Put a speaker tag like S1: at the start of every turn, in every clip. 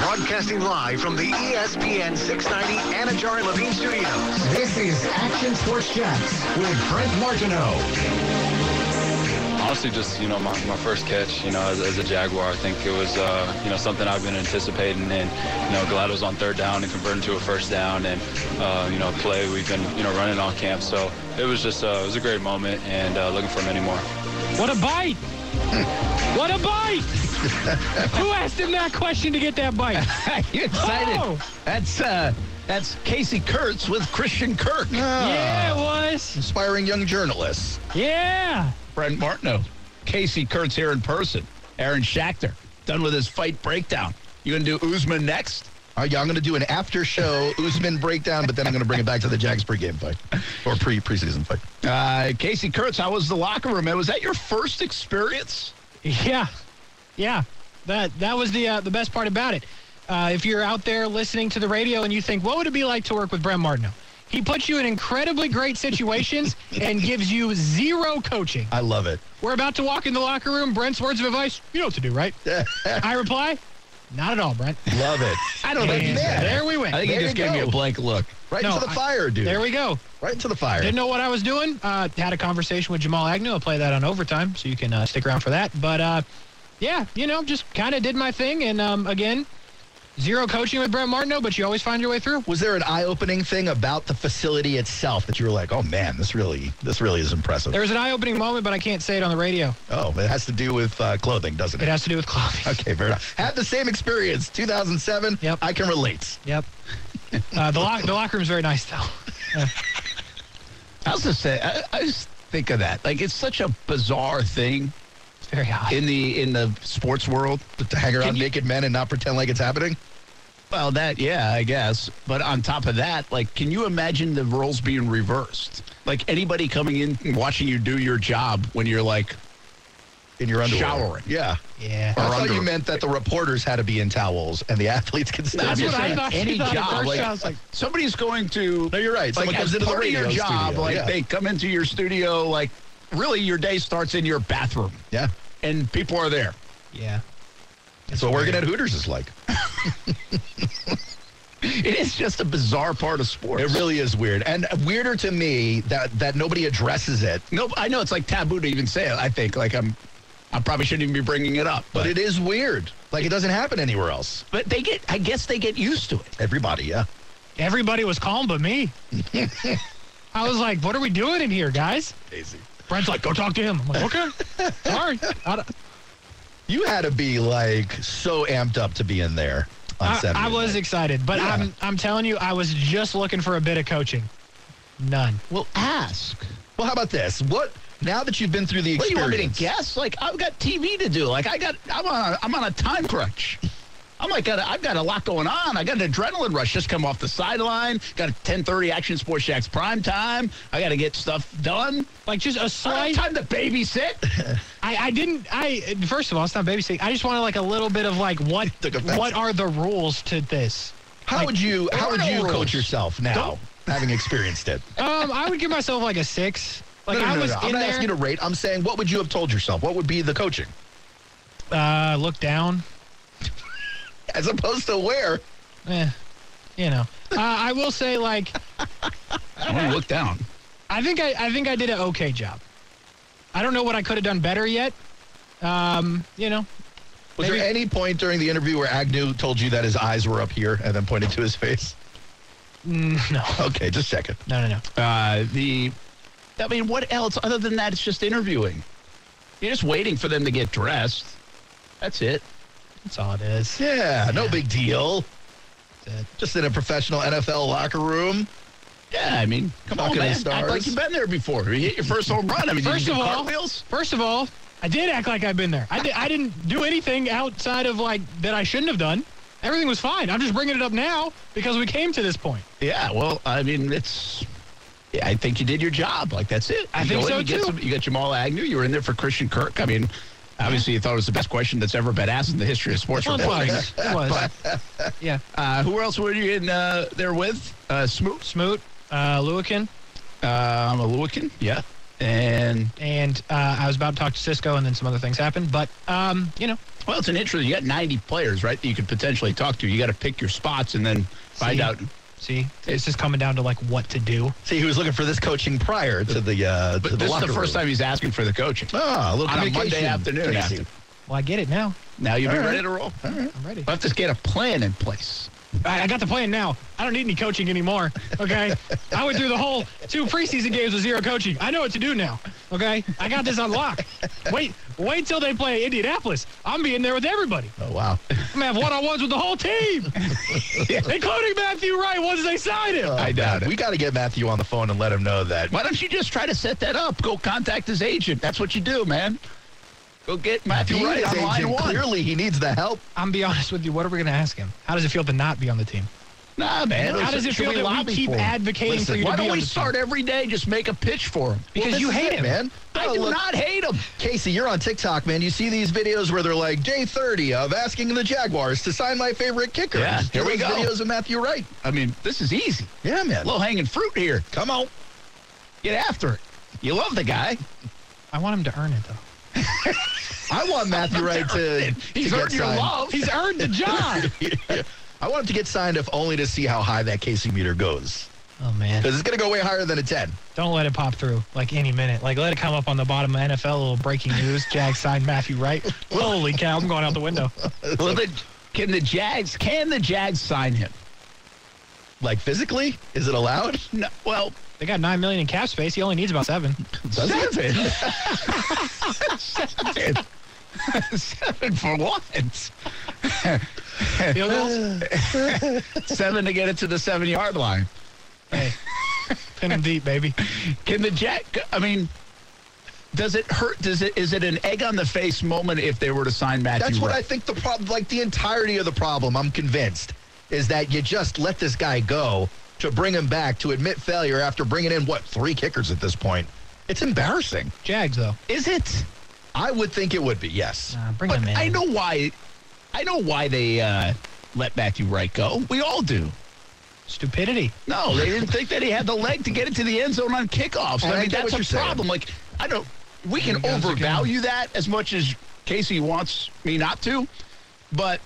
S1: Broadcasting live from the E ESPN 690 Anajar and Levine Studios. This is Action Sports Jacks with Brent Martineau.
S2: Honestly, just you know, my, my first catch, you know, as, as a Jaguar, I think it was uh, you know something I've been anticipating, and you know, glad it was on third down and converting to a first down, and uh, you know, play we've been you know running all camp, so it was just uh, it was a great moment, and uh, looking for many more.
S3: What a bite! What a bite! Who asked him that question to get that bite?
S4: you excited?
S3: Oh!
S4: That's uh, that's Casey Kurtz with Christian Kirk,
S5: Ah.
S3: Yeah, it was.
S4: inspiring young journalists.
S3: Yeah.
S4: Brent Martineau, Casey Kurtz here in person. Aaron Schachter, done with his fight breakdown. You gonna do Usman next?
S5: All right, y'all, Uh, I'm going to do an after show Usman breakdown, but then I'm going to bring it back to the Jags pregame fight or pre preseason fight.
S4: Uh, Casey Kurtz, how was the locker room? man? Was that your first experience?
S3: Yeah, yeah. That that was the uh, the best part about it. Uh, if you're out there listening to the radio and you think, what would it be like to work with Brent Martineau? He puts you in incredibly great situations and gives you zero coaching.
S5: I love it.
S3: We're about to walk in the locker room. Brent's words of advice: You know what to do, right? I reply, Not at all, Brent.
S5: Love it.
S4: I don't think
S3: And
S4: he's
S5: that.
S3: there we went.
S4: I think
S5: There
S4: he just
S5: you
S4: gave me
S5: go.
S4: a blank look.
S5: Right
S3: No,
S5: into the
S3: I-
S5: fire, dude.
S3: there we go.
S5: right into the fire.
S3: Didn't know what I was doing. Uh, had a conversation with Jamal Agnew. I'll play that on overtime, so you can uh, stick around for that. But uh, yeah, you know, just kind of did my thing. And um, again, zero coaching with Brent Martineau, but you always find your way through.
S5: Was there an eye-opening thing about the facility itself that you were like, "Oh man, this really, this really is impressive"?
S3: There was an eye-opening moment, but I can't say it on the radio.
S5: oh, it has to do with uh, clothing, doesn't
S3: It
S5: it?
S3: has to do with clothing.
S5: okay, fair enough. Had the same experience, 2007.
S3: Yep.
S5: I can relate.
S3: Yep. Uh, the, lock, the locker room's very nice, though.
S4: I was just say, I, I just think of that. Like it's such a bizarre thing
S3: It's very hot.
S4: in the in the sports world.
S5: But to hang around
S4: you-
S5: naked men and not pretend like it's happening.
S4: Well, that yeah, I guess. But on top of that, like, can you imagine the roles being reversed? Like anybody coming in and watching you do your job when you're like,
S5: In your underwear.
S4: Showering.
S5: Yeah.
S3: yeah.
S5: I thought
S4: under-
S5: you meant that the reporters had to be in towels and the athletes could still
S4: I'm
S3: That's
S5: be
S4: just
S3: what I
S4: saying,
S3: thought you
S4: Any
S3: thought at
S4: job,
S3: first.
S4: like,
S3: I was like-
S4: somebody's going to.
S5: No, you're right. Someone
S4: like,
S5: comes
S4: as
S5: into the
S4: part of your
S5: radio
S4: job,
S5: studio,
S4: like
S5: yeah.
S4: they come into your studio, like really your day starts in your bathroom,
S5: Yeah.
S4: and people are there.
S3: Yeah.
S5: That's what working at Hooters is like.
S4: It is just a bizarre part of sports.
S5: It really is weird. And weirder to me that that nobody addresses it.
S4: No, I know it's like taboo to even say it. I think like I'm, I probably shouldn't even be bringing it up. But
S5: But it is weird. Like it doesn't happen anywhere else.
S4: but they get. I guess they get used to it.
S5: Everybody, yeah.
S3: Everybody was calm but me. I was like, what are we doing in here, guys?
S5: Crazy.
S3: Brent's like, go talk to him. I'm like, okay. Sorry. I don't-
S5: You had to be like so amped up to be in there on
S3: I,
S5: Saturday
S3: I was
S5: night.
S3: excited, but
S5: Yeah.
S3: I'm I'm telling you, I was just looking for a bit of coaching. None.
S4: Well, ask.
S5: Well, how about this? What now that you've been through the
S4: What do you
S5: experience?
S4: want me to guess? Like I've got TV to do. Like I got. I'm on. A, I'm on a time crunch. I'm like, got a, I've got a lot going on. I got an adrenaline rush. Just come off the sideline. Got a 10:30 Action Sports Shacks prime time. I got to get stuff done.
S3: Like just a
S4: I
S3: slight.
S4: don't have time to babysit.
S3: I, I didn't. I first of all, it's not babysitting. I just wanted like a little bit of like what
S5: Took offense.
S3: what are the rules to this?
S5: How would you how would you
S4: Arnold rules.
S5: coach yourself now, having experienced it?
S3: Um, I would give myself like a six. Like
S5: no, no,
S3: I
S5: no,
S3: was
S5: no. I'm
S3: in
S5: not
S3: there.
S5: asking you to rate. I'm saying what would you have told yourself? What would be the coaching?
S3: uh, look down.
S5: As opposed to where?
S3: Eh, you know. Uh, I will say like
S4: I want to look down.
S3: I think I, I think I did an okay job. I don't know what I could have done better yet. Um, you know,
S5: Was
S3: Maybe-
S5: there any point during the interview where Agnew told you that his eyes were up here and then pointed to his face?
S3: no,
S5: Okay, just check it.
S3: no, no, no.
S4: Mm, uh, the I mean, what else other than that? It's just interviewing. You're just waiting for them to get dressed. That's it.
S3: That's all it is.
S5: Yeah, no
S3: Yeah.
S5: big deal.
S3: That's it.
S5: Just in a professional NFL locker room.
S4: Yeah, I mean, come
S5: Talking
S4: on,
S5: to
S4: man.
S5: stars.
S4: Act like you've been there before. You hit your first home run. I mean,
S3: First
S4: did you
S3: of
S4: do
S3: all-
S4: cartwheels?
S3: First of all, I did act like I've been there. I, did, I didn't do anything outside of like that I shouldn't have done. Everything was fine. I'm just bringing it up now because we came to this point.
S4: Yeah. Well, I mean, it's. Yeah, I think you did your job. Like that's it.
S3: I
S4: You
S3: think
S4: go in,
S3: so,
S4: you Get
S3: too.
S4: some, you got Jamal Agnew. You were in there for Christian Kirk. I mean, obviously, you thought it was the best question that's ever been asked in the history of sports
S3: Well, it
S4: reporting.
S3: was. It was. Yeah.
S4: Uh, who else were you in uh, there with? Uh, Smoot,
S3: Smoot, uh, Lewican,
S4: uh, Maluakin. Yeah. And
S3: And uh, I was about to talk to Cisco, and then some other things happened. But um, you know,
S4: well, it's an interesting. You got 90 players, right? That you could potentially talk to. You got to pick your spots and then find
S3: See.
S4: out.
S3: see, this is coming down to like what to do.
S5: See, he was looking for this coaching prior to the uh, to
S4: But
S5: the
S4: this is
S5: locker
S4: the first
S5: room.
S4: time he's asking for the coaching.
S5: Ah, a little
S4: On a Monday
S5: communication.
S4: afternoon
S5: Crazy.
S4: after.
S3: Well, I get it now.
S4: Now you'll be
S5: All right.
S4: ready to roll. All right.
S3: I'm ready.
S4: We'll have to get a plan in place.
S3: I, I got the plan now. I don't need any coaching anymore. Okay. I went through the whole two preseason games with zero coaching. I know what to do now. Okay. I got this on lock. Wait, wait till they play Indianapolis. I'm being there with everybody.
S5: Oh wow.
S3: I'm gonna have one on ones with the whole team, including Matthew Wright once they sign him.
S5: I
S4: doubt it.
S5: We got to get Matthew on the phone and let him know that.
S4: Why don't you just try to set that up? Go contact his agent. That's what you do, man. Go get Matthew
S5: He
S4: Wright
S5: is
S4: on line
S5: aging.
S4: one.
S5: Clearly, he needs the help.
S3: I'm be honest with you. What are we gonna ask him? How does it feel to not be on the team?
S4: Nah, man.
S3: How does it
S4: Should
S3: feel that we
S4: lobby
S3: keep
S4: for him?
S3: advocating for
S4: Listen,
S3: you to be
S4: Why don't
S3: on
S4: we
S3: the team?
S4: start every day? Just make a pitch for him.
S3: Because
S5: Well,
S3: you
S5: this is
S3: hate
S5: it,
S3: him.
S5: man.
S4: I
S5: Oh,
S4: do
S5: look,
S4: not hate him.
S5: Casey, you're on TikTok, man. You see these videos where they're like day 30 of asking the Jaguars to sign my favorite kicker.
S4: Yeah,
S5: Just do
S4: here we
S5: those
S4: go.
S5: Videos of Matthew Wright.
S4: I mean, this is easy.
S5: Yeah, man.
S4: Low hanging fruit here.
S5: Come on.
S4: Get after it. You love the guy.
S3: I want him to earn it though.
S5: I want Matthew Wright to.
S4: He's
S5: to get
S4: earned your
S5: signed.
S4: love.
S3: He's earned the job.
S5: I want him to get signed, if only to see how high that Casey meter goes,
S3: oh man.
S5: because it's going to go way higher than a 10.
S3: Don't let it pop through like any minute. Like let it come up on the bottom of NFL. A little breaking news: Jags signed Matthew Wright. Holy cow! I'm going out the window.
S4: Well, then, can the Jags can the Jags sign him?
S5: Like physically, is it allowed?
S4: No, well,
S3: They got nine million in cap space. He only needs about seven.
S5: Does it?
S4: seven. seven. seven for what?
S3: Field goals?
S4: Seven to get it to the seven yard line.
S3: hey, pin him deep, baby.
S4: Can the Jack? I mean, does it hurt? Does it? Is it an egg on the face moment if they were to sign Matthew?
S5: That's what I
S4: Wright?
S5: think the problem, like the entirety of the problem, I'm convinced, is that you just let this guy go to bring him back to admit failure after bringing in, what, three kickers at this point. It's embarrassing.
S3: Jags though.
S4: Is it?
S5: I would think it would be, yes.
S3: Nah, bring
S4: But
S3: him in.
S4: I know why. I know why they uh, let Matthew Wright go. We all do.
S3: Stupidity.
S4: No, they didn't think that he had the leg to get it to the end zone on kickoffs.
S5: And
S4: I
S5: I
S4: mean,
S5: get
S4: that's
S5: what you're
S4: a
S5: saying.
S4: problem. Like, I don't. We can
S3: goes again.
S4: overvalue that as much as Casey wants me not to, but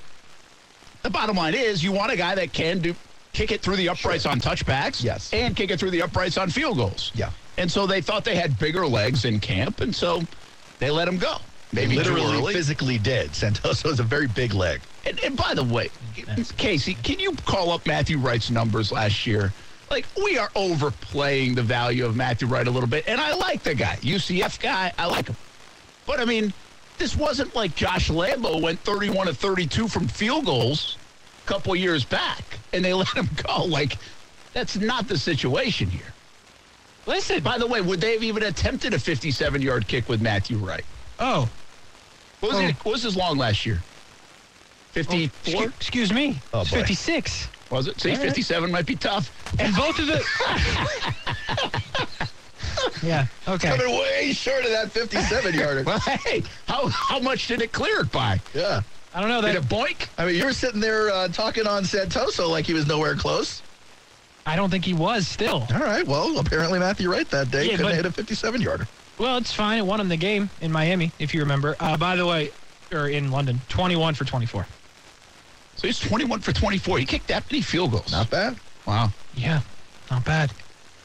S4: the bottom line is, you want a guy that can do kick it through the uprights on touchbacks,
S5: Yes.
S4: and kick it through the uprights on field goals.
S5: Yeah.
S4: And so they thought they had bigger legs in camp, and so they let him go. Maybe too
S5: literally
S4: early.
S5: physically did. Santoso is a very big leg.
S4: And, and by the way,
S3: That's-
S4: Casey, can you call up Matthew Wright's numbers last year? Like we are overplaying the value of Matthew Wright a little bit, and I like the guy, UCF guy, I like him. But I mean, this wasn't like Josh Lambo went 31 to 32 from field goals a couple years back, and they let him go. Like that's not the situation here.
S3: Listen.
S4: By the way, would they have even attempted a 57-yard kick with Matthew Wright?
S3: Oh.
S4: What was,
S3: Oh.
S4: it, what was his long last year? 54.
S3: Excu- Excuse me.
S5: Oh,
S3: it's
S5: boy.
S3: 56.
S4: Was it? See,
S3: All right.
S4: 57 might be tough.
S3: And both of the. yeah. Okay.
S5: Coming way short of that 57 yarder.
S4: Well, hey, how, how much did it clear it by?
S5: yeah.
S3: I don't know
S4: Did
S3: that.
S4: it boink?
S5: I mean, you were sitting there uh, talking on Santoso like he was nowhere close.
S3: I don't think he was still.
S5: All right. Well, apparently Matthew Wright that day
S3: Yeah,
S5: couldn't
S3: but-
S5: hit a 57 yarder.
S3: Well, it's fine. It won him the game in Miami, if you remember. Uh, by the way, or in London, 21 for 24.
S4: So he's 21 for 24. He kicked that many field goals.
S5: Not bad.
S4: Wow.
S3: Yeah, not bad.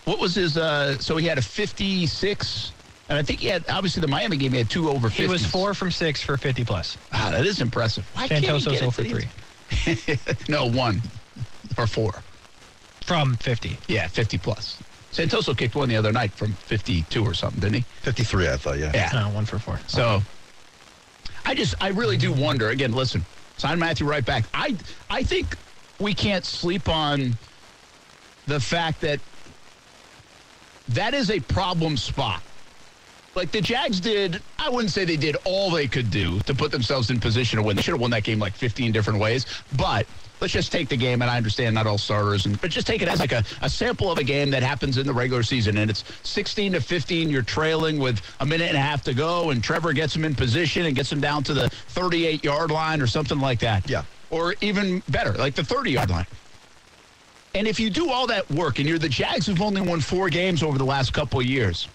S4: What was his, uh, so he had a 56, and I think he had, obviously the Miami game, he had two over 50.
S3: He was four from six for 50 plus.
S4: Wow, that is impressive. Why can't he
S3: Santoso's
S4: get
S3: 0
S4: it to
S3: for
S4: the
S3: 3
S4: end zone? No, one or four.
S3: from 50.
S4: Yeah, 50 plus. Santoso kicked one the other night from 52 or something, didn't he?
S5: 53, I thought, yeah.
S4: Yeah.
S3: No, one for four.
S4: So I just I really do wonder. Again, listen, sign Matthew right back. I I think we can't sleep on the fact that that is a problem spot. Like the Jags did, I wouldn't say they did all they could do to put themselves in position to win. They should have won that game like 15 different ways. But let's just take the game, and I understand not all starters, and, but just take it as like a, a sample of a game that happens in the regular season. And it's 16 to 15. You're trailing with a minute and a half to go, and Trevor gets them in position and gets them down to the 38 yard line or something like that.
S5: Yeah.
S4: Or even better, like the 30 yard line. And if you do all that work and you're the Jags who've only won four games over the last couple of years,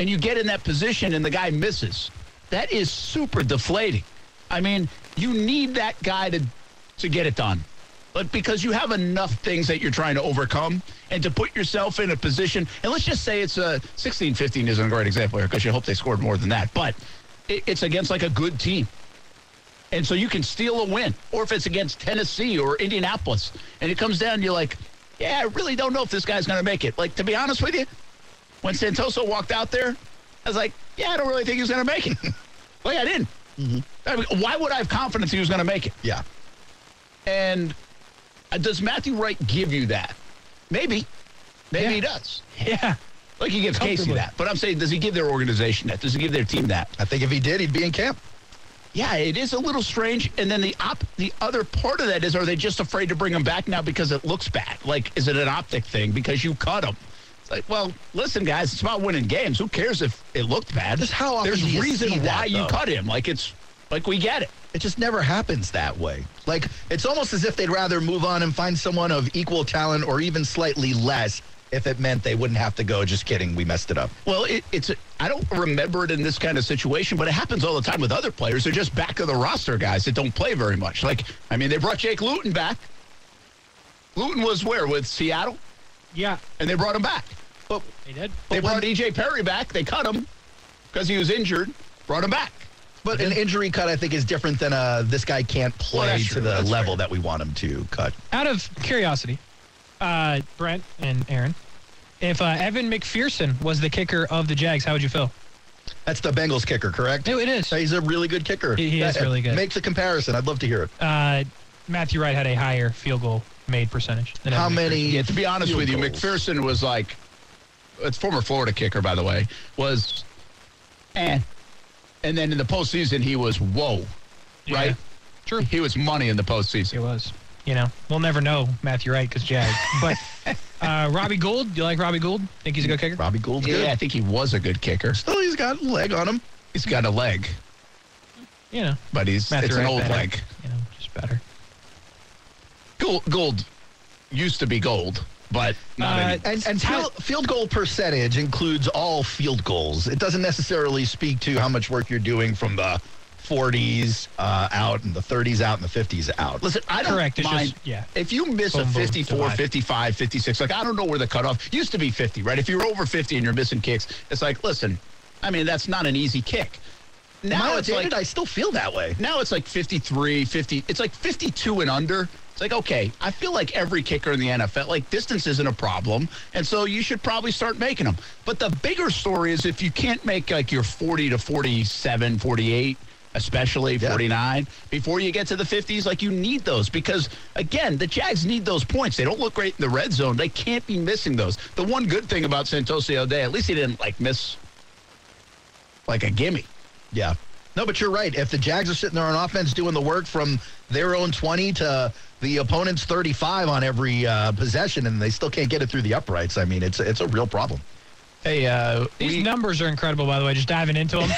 S4: and you get in that position and the guy misses. That is super deflating. I mean, you need that guy to to get it done. But because you have enough things that you're trying to overcome and to put yourself in a position, and let's just say it's a 16 15 isn't a great example here because you hope they scored more than that, but it, it's against like a good team. And so you can steal a win. Or if it's against Tennessee or Indianapolis and it comes down, you're like, yeah, I really don't know if this guy's going to make it. Like, to be honest with you, when Santoso walked out there, I was like, yeah, I don't really think he's going to make it. like, I didn't. I mean, why would I have confidence he was going to make it?
S5: Yeah.
S4: And uh, does Matthew Wright give you that? Maybe. Maybe
S3: Yeah.
S4: he does.
S3: Yeah.
S4: Like he gives Casey
S3: Comfortably.
S4: that. But I'm saying, does he give their organization that? Does he give their team that?
S5: I think if he did, he'd be in camp.
S4: Yeah, it is a little strange. And then the op- the other part of that is, are they just afraid to bring him back now because it looks bad? Like, is it an optic thing because you cut him? It's like, well, listen, guys, it's about winning games. Who cares if it looked bad?
S5: Just how often
S4: There's
S5: do you
S4: reason
S5: see that,
S4: why you
S5: though?
S4: cut him. Like it's like we get it.
S5: It just never happens that way. Like, it's almost as if they'd rather move on and find someone of equal talent or even slightly less if it meant they wouldn't have to go. Just kidding. We messed it up.
S4: Well, it, it's I don't remember it in this kind of situation, but it happens all the time with other players. They're just back of the roster guys that don't play very much. Like, I mean, they brought Jake Luton back. Luton was where with Seattle,
S3: Yeah.
S4: and they brought him back.
S5: But
S3: They did.
S4: They
S5: But when-
S4: brought EJ Perry back. They cut him because he was injured. Brought him back.
S5: but an injury cut, I think, is different than uh, this guy can't
S4: Well,
S5: play
S4: that's
S5: to
S4: true.
S5: the
S4: That's
S5: level
S4: fair.
S5: that we want him to cut.
S3: Out of curiosity, uh, Brent and Aaron, if uh, Evan McPherson was the kicker of the Jags, how would you feel?
S5: That's the Bengals kicker, correct?
S3: No, it is.
S5: He's a really good kicker.
S3: He- he is
S5: That-
S3: really good.
S5: Makes a comparison. I'd love to hear it.
S3: Uh, Matthew Wright had a higher field goal made percentage. Than
S5: How
S3: Evan McPherson.
S5: many?
S4: Yeah, to be honest
S5: field
S4: with you,
S5: goals?
S4: McPherson was like, it's former Florida kicker, by the way, was, eh. And then in the postseason, he was whoa, right?
S3: True.
S4: He was money in the
S3: It
S4: postseason.
S3: was. You know, we'll never know Matthew Wright because Jags. But uh, Robbie Gould, do you like Robbie Gould? Think he's a good kicker?
S5: Robbie Gould's good.
S4: Yeah, I think he was a good kicker.
S5: Still, he's got a leg on him.
S4: He's got a leg,
S3: You know,
S4: but he's
S3: Matthew
S4: it's an
S3: Wright
S4: old
S3: better.
S4: leg.
S3: You know, just better.
S4: Gold, gold used to be gold, but not
S3: Uh,
S4: anymore.
S5: And, and field, field goal percentage includes all field goals. It doesn't necessarily speak to how much work you're doing from the 40s uh, out and the 30s out and the 50s out.
S4: Listen, I don't
S3: Correct, it's
S4: mind.
S3: just- yeah.
S4: If you miss a
S3: Boom, boom,
S4: 54,
S3: divide.
S4: 55, 56, like I don't know where the cutoff used to be 50, right? If you're over 50 and you're missing kicks, it's like, listen, I mean, that's not an easy kick. Now
S5: Now
S4: it's like
S5: I still feel that way.
S4: now it's like 53, 50. It's like 52 and under. It's like, okay, I feel like every kicker in the NFL, like distance isn't a problem. And so you should probably start making them. But the bigger story is if you can't make like your 40 to 47, 48, especially
S5: Yeah.
S4: 49, before you get to the 50s, like you need those because, again, the Jags need those points. They don't look great in the red zone. They can't be missing those. The one good thing about Santosio Day, at least he didn't like miss like a gimme.
S5: Yeah. No, but you're right. If the Jags are sitting there on offense doing the work from their own 20 to the opponent's 35 on every uh, possession and they still can't get it through the uprights, I mean, it's, it's a real problem.
S4: Hey, uh,
S3: These numbers are incredible, by the way, just diving into them.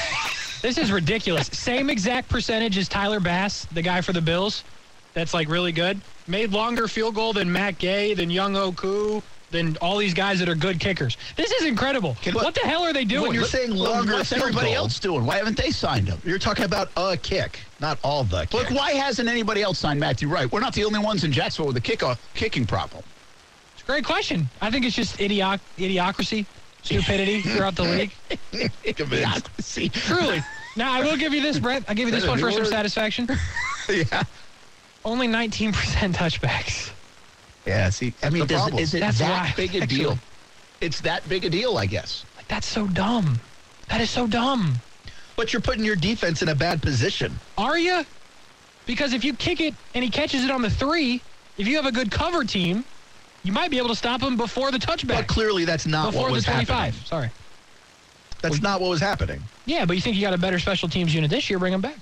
S3: this is ridiculous. Same exact percentage as Tyler Bass, the guy for the Bills. That's like really good. Made longer field goal than Matt Gay, than Young Oku, than all these guys that are good kickers. This is incredible. what the hell are they doing?
S5: when you're saying longer
S4: what's
S5: field
S4: everybody
S5: goal-
S4: else doing? Why haven't they signed him?
S5: You're talking about a kick, not all the
S4: Look,
S5: kicks.
S4: why hasn't anybody else signed Matthew Wright? We're not the only ones in Jacksonville with a kickoff kicking problem.
S3: Great question. I think it's just idioc- idiocracy, stupidity throughout the league.
S4: Idiocracy.
S3: Truly. Now, I will give you this, Brett. I'll give you this one for some satisfaction.
S4: yeah.
S3: Only 19% touchbacks.
S4: Yeah. See, I mean,
S5: the
S4: does,
S5: problem.
S4: is it
S3: That's
S4: that
S3: why,
S4: big a
S3: actually.
S4: deal? It's that big a deal, I guess.
S3: Like, that's so dumb. That is so dumb.
S5: But you're putting your defense in a bad position.
S3: Are you? Because if you kick it and he catches it on the three, if you have a good cover team, you might be able to stop him before the
S5: But
S3: touchback.
S5: clearly, that's not
S3: before
S5: what
S3: the
S5: was
S3: 25.
S5: happening.
S3: Sorry.
S5: That's not what was happening.
S3: Yeah, but you think you got a better special teams unit this year, bring him back.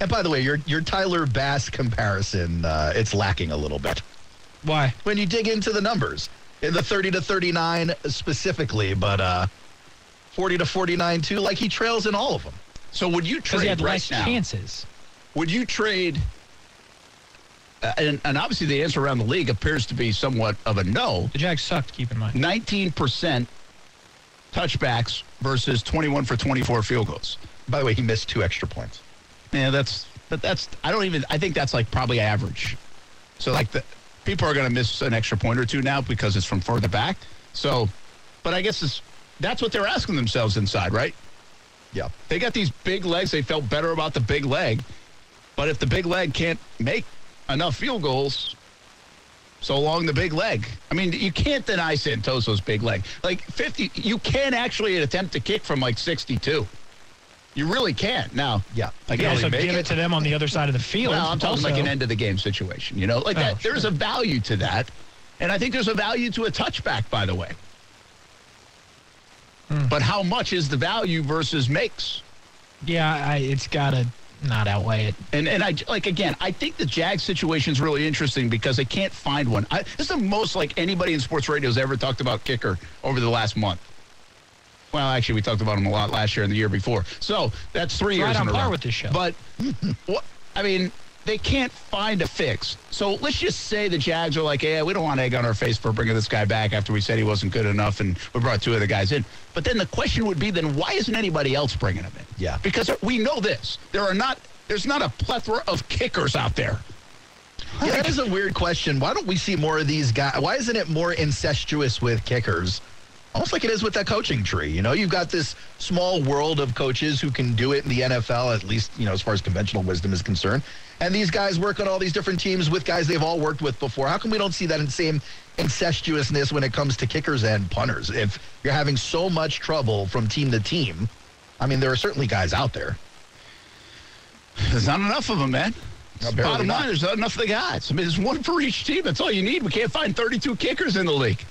S5: And by the way, your your Tyler Bass comparison, uh, it's lacking a little bit
S3: Why?
S5: when you dig into the numbers in the 30 to 39 specifically, but uh, 40 to 49 too. Like he trails in all of them.
S4: So would you
S3: Because
S4: trade
S3: he had
S4: right
S3: less
S4: now?
S3: chances.
S4: Would you trade? Uh, and, and obviously, the answer around the league appears to be somewhat of a no.
S3: The Jags sucked, keep in mind.
S4: 19% touchbacks versus 21 for 24 field goals.
S5: By the way, he missed two extra points.
S4: Yeah, that's but that's I don't even I think that's like probably average. So like the people are going to miss an extra point or two now because it's from further back. So, but I guess it's that's what they're asking themselves inside, right?
S5: Yeah.
S4: They got these big legs. They felt better about the big leg, but if the big leg can't make enough field goals, so long the big leg. I mean, you can't deny Santoso's big leg. Like 50, you can actually attempt to kick from like 62. You really can now.
S5: Yeah.
S4: I
S3: Yeah, so give it to them on the other side of the field.
S4: well, I'm talking
S3: also.
S4: like an end of the game situation, you know, like
S3: Oh,
S4: that. There's
S3: sure.
S4: a value to that, and I think there's a value to a touchback, by the way.
S3: Hmm.
S4: But how much is the value versus makes?
S3: Yeah, I, it's got to not outweigh it.
S4: And and I like again, I think the Jag situation's really interesting because they can't find one. I, this is the most like anybody in sports radio has ever talked about kicker over the last month. Well, actually, we talked about him a lot last year and the year before. So that's three
S3: It's right
S4: years
S3: on
S4: in a
S3: par
S4: row.
S3: with this show.
S4: But what I mean, they can't find a fix. So let's just say the Jags are like, yeah, we don't want egg on our face for bringing this guy back after we said he wasn't good enough, and we brought two other guys in. But then the question would be, then why isn't anybody else bringing him in?
S5: Yeah.
S4: because we know this. There are not. There's not a plethora of kickers out there.
S5: Yeah, that is a weird question. Why don't we see more of these guys? Why isn't it more incestuous with kickers? Almost like it is with that coaching tree. You know, you've got this small world of coaches who can do it in the NFL, at least, you know, as far as conventional wisdom is concerned. And these guys work on all these different teams with guys they've all worked with before. How come we don't see that same incestuousness when it comes to kickers and punters? If you're having so much trouble from team to team, I mean, there are certainly guys out there.
S4: There's not enough of them, man.
S5: No, barely
S4: Bottom
S5: not.
S4: line, there's not enough of the guys. I mean, there's one for each team. That's all you need. We can't find 32 kickers in the league.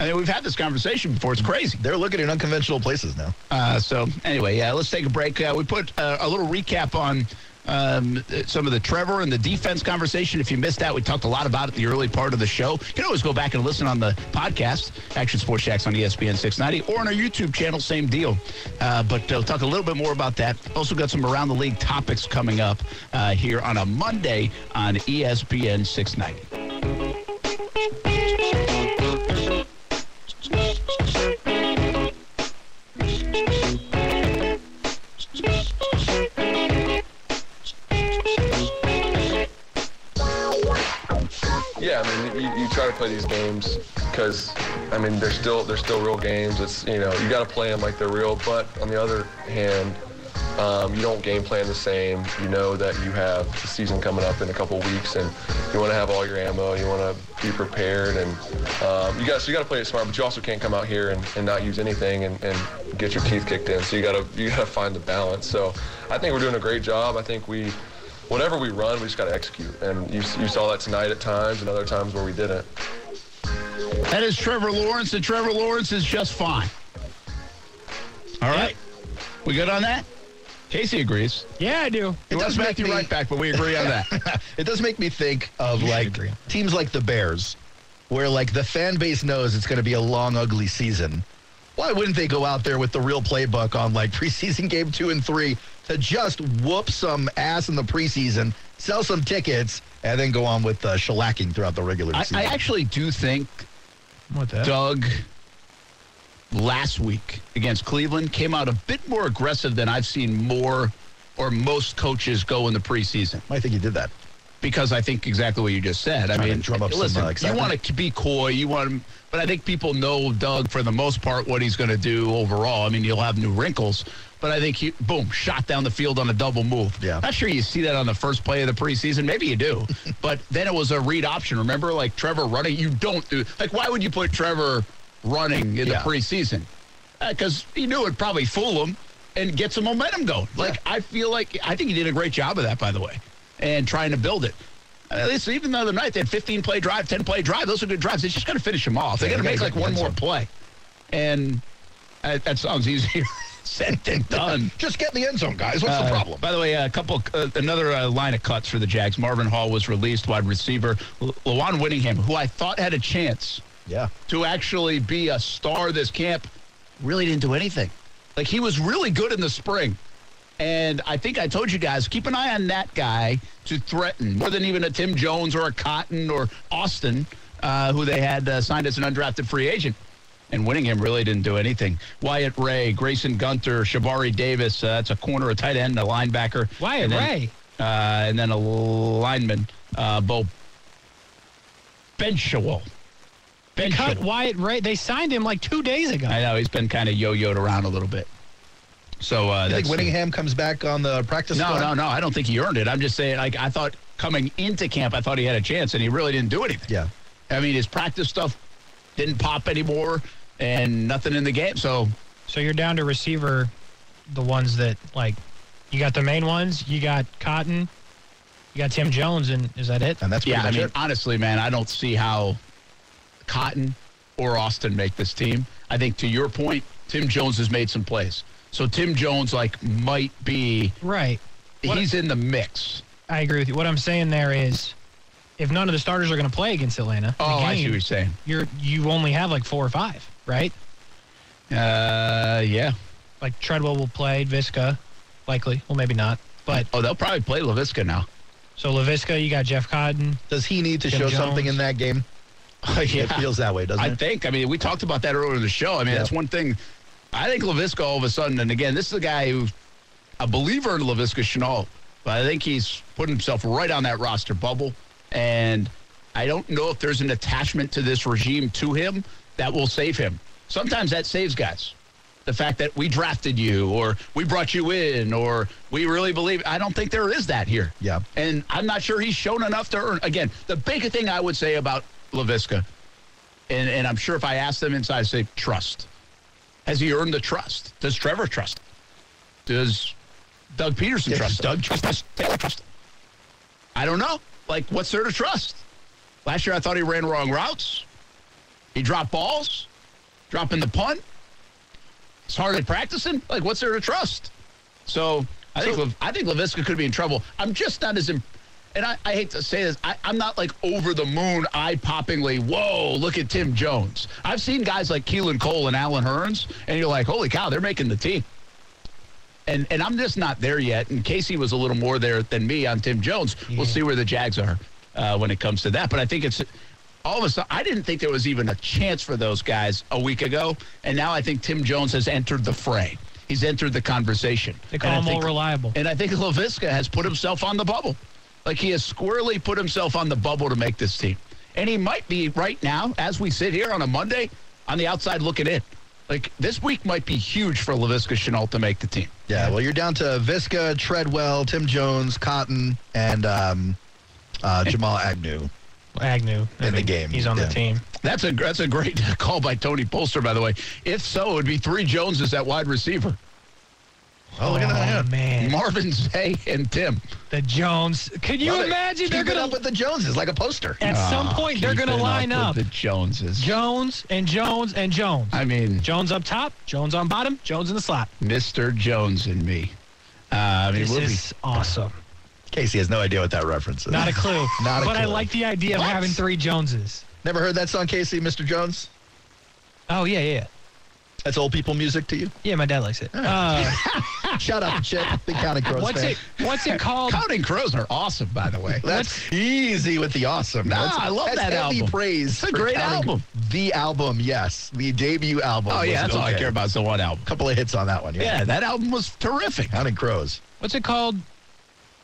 S4: I mean, we've had this conversation before. It's crazy.
S5: They're looking in unconventional places now.
S4: Uh, so anyway, yeah, let's take a break. Uh, we put uh, a little recap on um, uh, some of the Trevor and the defense conversation. If you missed that, we talked a lot about it in the early part of the show. You can always go back and listen on the podcast, Action Sports Shacks on E ESPN 690, or on our YouTube channel, same deal. Uh, but uh, we'll talk a little bit more about that. Also got some around the league topics coming up uh, here on a Monday on E ESPN 690.
S6: Yeah, I mean, you, you try to play these games because, I mean, they're still they're still real games. It's you know you got to play them like they're real. But on the other hand, um, you don't game plan the same. You know that you have the season coming up in a couple weeks, and you want to have all your ammo. You want to be prepared, and um, you got so you got to play it smart. But you also can't come out here and, and not use anything and, and get your teeth kicked in. So you got to you got to find the balance. So I think we're doing a great job. I think we whatever we run, we just got to execute. And you, you saw that tonight at times and other times where we didn't.
S4: That is Trevor Lawrence, and Trevor Lawrence is just fine. All right. We good on that? Casey agrees.
S3: Yeah, I do.
S5: It
S4: It
S5: does
S4: does
S5: make
S4: Matthew
S5: me-
S4: right back, but we agree on that.
S5: it does make me think of
S3: You should
S5: like
S3: agree.
S5: teams like the Bears, where like the fan base knows it's going to be a long, ugly season. Why wouldn't they go out there with the real playbook on like preseason game two and three to just whoop some ass in the preseason, sell some tickets, and then go on with uh, shellacking throughout the regular
S4: I,
S5: season?
S4: I actually do think
S3: What the?
S4: Doug last week against Cleveland came out a bit more aggressive than I've seen more or most coaches go in the preseason.
S5: I think you did that.
S4: because I think exactly what you just said. I
S5: Trying to
S4: mean,
S5: drum up some,
S4: listen,
S5: uh,
S4: you
S5: excitement.
S4: want to be coy, you want to, but I think people know Doug for the most part what he's going to do overall. I mean, he'll have new wrinkles, but I think he, boom, shot down the field on a double move.
S5: Yeah.
S4: Not sure you see that on the first play of the preseason. Maybe you do, but then it was a read option. Remember, like Trevor running, you don't do, like, why would you put Trevor running in
S5: Yeah.
S4: the preseason? Because he knew it'd probably fool him and get some momentum going. Like, I feel like, I think he did a great job of that, by the way, and trying to build it. Uh, At least even the other night, they had 15 play drive, 10 play drive. Those are good drives. They just got to finish them off. They
S5: Yeah,
S4: got to
S5: they
S4: make
S5: gotta
S4: like
S5: get
S4: one more
S5: some.
S4: play. And uh, that sounds easier said than done.
S5: Just get in the end zone, guys. What's the
S4: Uh,
S5: problem?
S4: By the way, a couple, uh, another uh, line of cuts for the Jags. Marvin Hall was released, wide receiver. L- Lawan Winningham, who I thought had a chance
S5: Yeah.
S4: to actually be a star this camp really didn't do anything. Like he was really good in the spring. And I think I told you guys, keep an eye on that guy to threaten more than even a Tim Jones or a Cotton or Austin, uh, who they had uh, signed as an undrafted free agent. and Winningham really didn't do anything. Wyatt Ray, Grayson Gunter, Shabari Davis. Uh, that's a corner, a tight end, a linebacker.
S3: Wyatt
S4: and then,
S3: Ray?
S4: Uh, and then a lineman, uh, Bo Benchewell.
S3: They cut Wyatt Ray. They signed him like two days ago.
S4: I know he's been kind of yo-yoed around a little bit. So uh,
S5: You think
S4: that's
S5: Winningham comes back on the practice
S4: No,
S5: squad?
S4: no, no. I don't think he earned it. I'm just saying. Like I thought coming into camp, I thought he had a chance, and he really didn't do anything.
S5: Yeah.
S4: I mean, his practice stuff didn't pop anymore, and nothing in the game. So
S3: So you're down to receiver, the ones that like, you got the main ones. You got Cotton, you got Tim Jones, and is that it?
S5: And that's pretty
S4: yeah, I
S5: much
S4: mean,
S5: it.
S4: honestly, man, I don't see how Cotton or Austin make this team. I think to your point, Tim Jones has made some plays. So Tim Jones, like, might be
S3: Right. What-
S4: he's in the mix.
S3: I agree with you. What I'm saying there is, if none of the starters are going to play against Atlanta, in the
S4: Oh, I see
S3: game,
S4: what you're saying.
S3: you're you only have like four or five, right?
S4: Uh, yeah.
S3: Like Treadwell will play, Visca, likely. Well, maybe not. But
S4: Oh, they'll probably play Laviska now.
S3: so Lavisca, you got Jeff Cotton.
S5: Does he need to
S3: Tim
S5: show
S3: Jones.
S5: something in that game? It feels that way, doesn't
S4: Oh, I
S5: it?
S4: think. I mean, we talked about that earlier in the show. I mean,
S5: Yeah.
S4: that's one thing. I think Lavisca all of a sudden, and again, this is a guy who's a believer in Lavisca Chenault, but I think he's put himself right on that roster bubble. And I don't know if there's an attachment to this regime to him that will save him. Sometimes that saves guys. The fact that we drafted you, or we brought you in, or we really believe. I don't think there is that here.
S5: Yeah.
S4: And I'm not sure he's shown enough to earn. Again, the big thing I would say about Lavisca and, and I'm sure if I ask them inside, I say trust. Has he earned the trust? Does Trevor trust? him? Does Doug Peterson
S5: Does
S4: trust? Doug trust? Does Taylor trust? him? I don't know. Like, what's there to trust? Last year, I thought he ran wrong routes. He dropped balls, dropping the punt. It's hard at practicing. Like, what's there to trust? So I think Lav- I think Lavisca could be in trouble. I'm just not as, imp- and I, I hate to say this, I, I'm not like over the moon, eye poppingly. Whoa, look at Tim Jones. I've seen guys like Keelan Cole and Alan Hearns, and you're like, holy cow, they're making the team. And and I'm just not there yet. And Casey was a little more there than me on Tim Jones. We'll see where the Jags are uh, when it comes to that. But I think it's all of a sudden. I didn't think there was even a chance for those guys a week ago, and now I think Tim Jones has entered the fray. He's entered the conversation.
S3: They call
S4: And I
S3: him
S4: think-
S3: all reliable.
S4: and I think LaVisca has put himself on the bubble. Like he has squarely put himself on the bubble to make this team. And he might be right now, as we sit here on a Monday, on the outside looking in. Like this week might be huge for LaVisca Chenault to make the team.
S5: Yeah, well, you're down to Visca, Treadwell, Tim Jones, Cotton, and um, uh, Jamal Agnew.
S3: Agnew I
S5: In the game,
S3: He's on
S5: yeah.
S3: the team.
S4: That's a that's a great call by Tony Polster, by the way. If so, it would be three Joneses at wide receiver.
S5: Oh, look at that.
S3: Oh man,
S4: Marvin Zay and Tim.
S3: the Jones. Can you
S5: Love it.
S3: imagine
S5: Keep
S3: they're
S5: it
S3: gonna
S5: up with the Joneses like a poster. Uh,
S3: at some
S4: Ah,
S3: point they're gonna
S4: keeping
S3: line
S4: with
S3: up
S4: the Joneses.
S3: Jones and Jones and Jones.
S4: I mean,
S3: Jones up top, Jones on bottom, Jones in the slot.
S4: Mr. Jones and me. Uh, I mean,
S3: This
S4: we'll be-
S3: is awesome.
S5: Casey has no idea what that reference is.
S3: Not a clue.
S5: Not a
S3: but I
S5: clue.
S3: like the idea
S4: What?
S3: of having three Joneses.
S5: Never heard that song, Casey, Mr. Jones?
S3: Oh yeah, yeah,
S5: That's old people music to you?
S3: yeah. My dad likes it. Uh,
S5: Shut up, shit. Big Counting Crows
S3: what's
S5: fan.
S3: it? What's it called?
S4: Counting Crows are awesome, by the way.
S5: That's easy with the awesome.
S4: Nah,
S5: That's-
S4: I love
S5: that's
S4: that
S5: heavy
S4: album.
S5: praise.
S4: It's a
S5: for
S4: great
S5: Counting-
S4: album.
S5: The album, yes. The debut album.
S4: Oh yeah,
S5: was
S4: that's all I
S5: okay.
S4: care about is the one album.
S5: Couple of hits on that one. Yeah.
S4: Yeah, that album was terrific.
S5: Counting Crows.
S3: What's it called?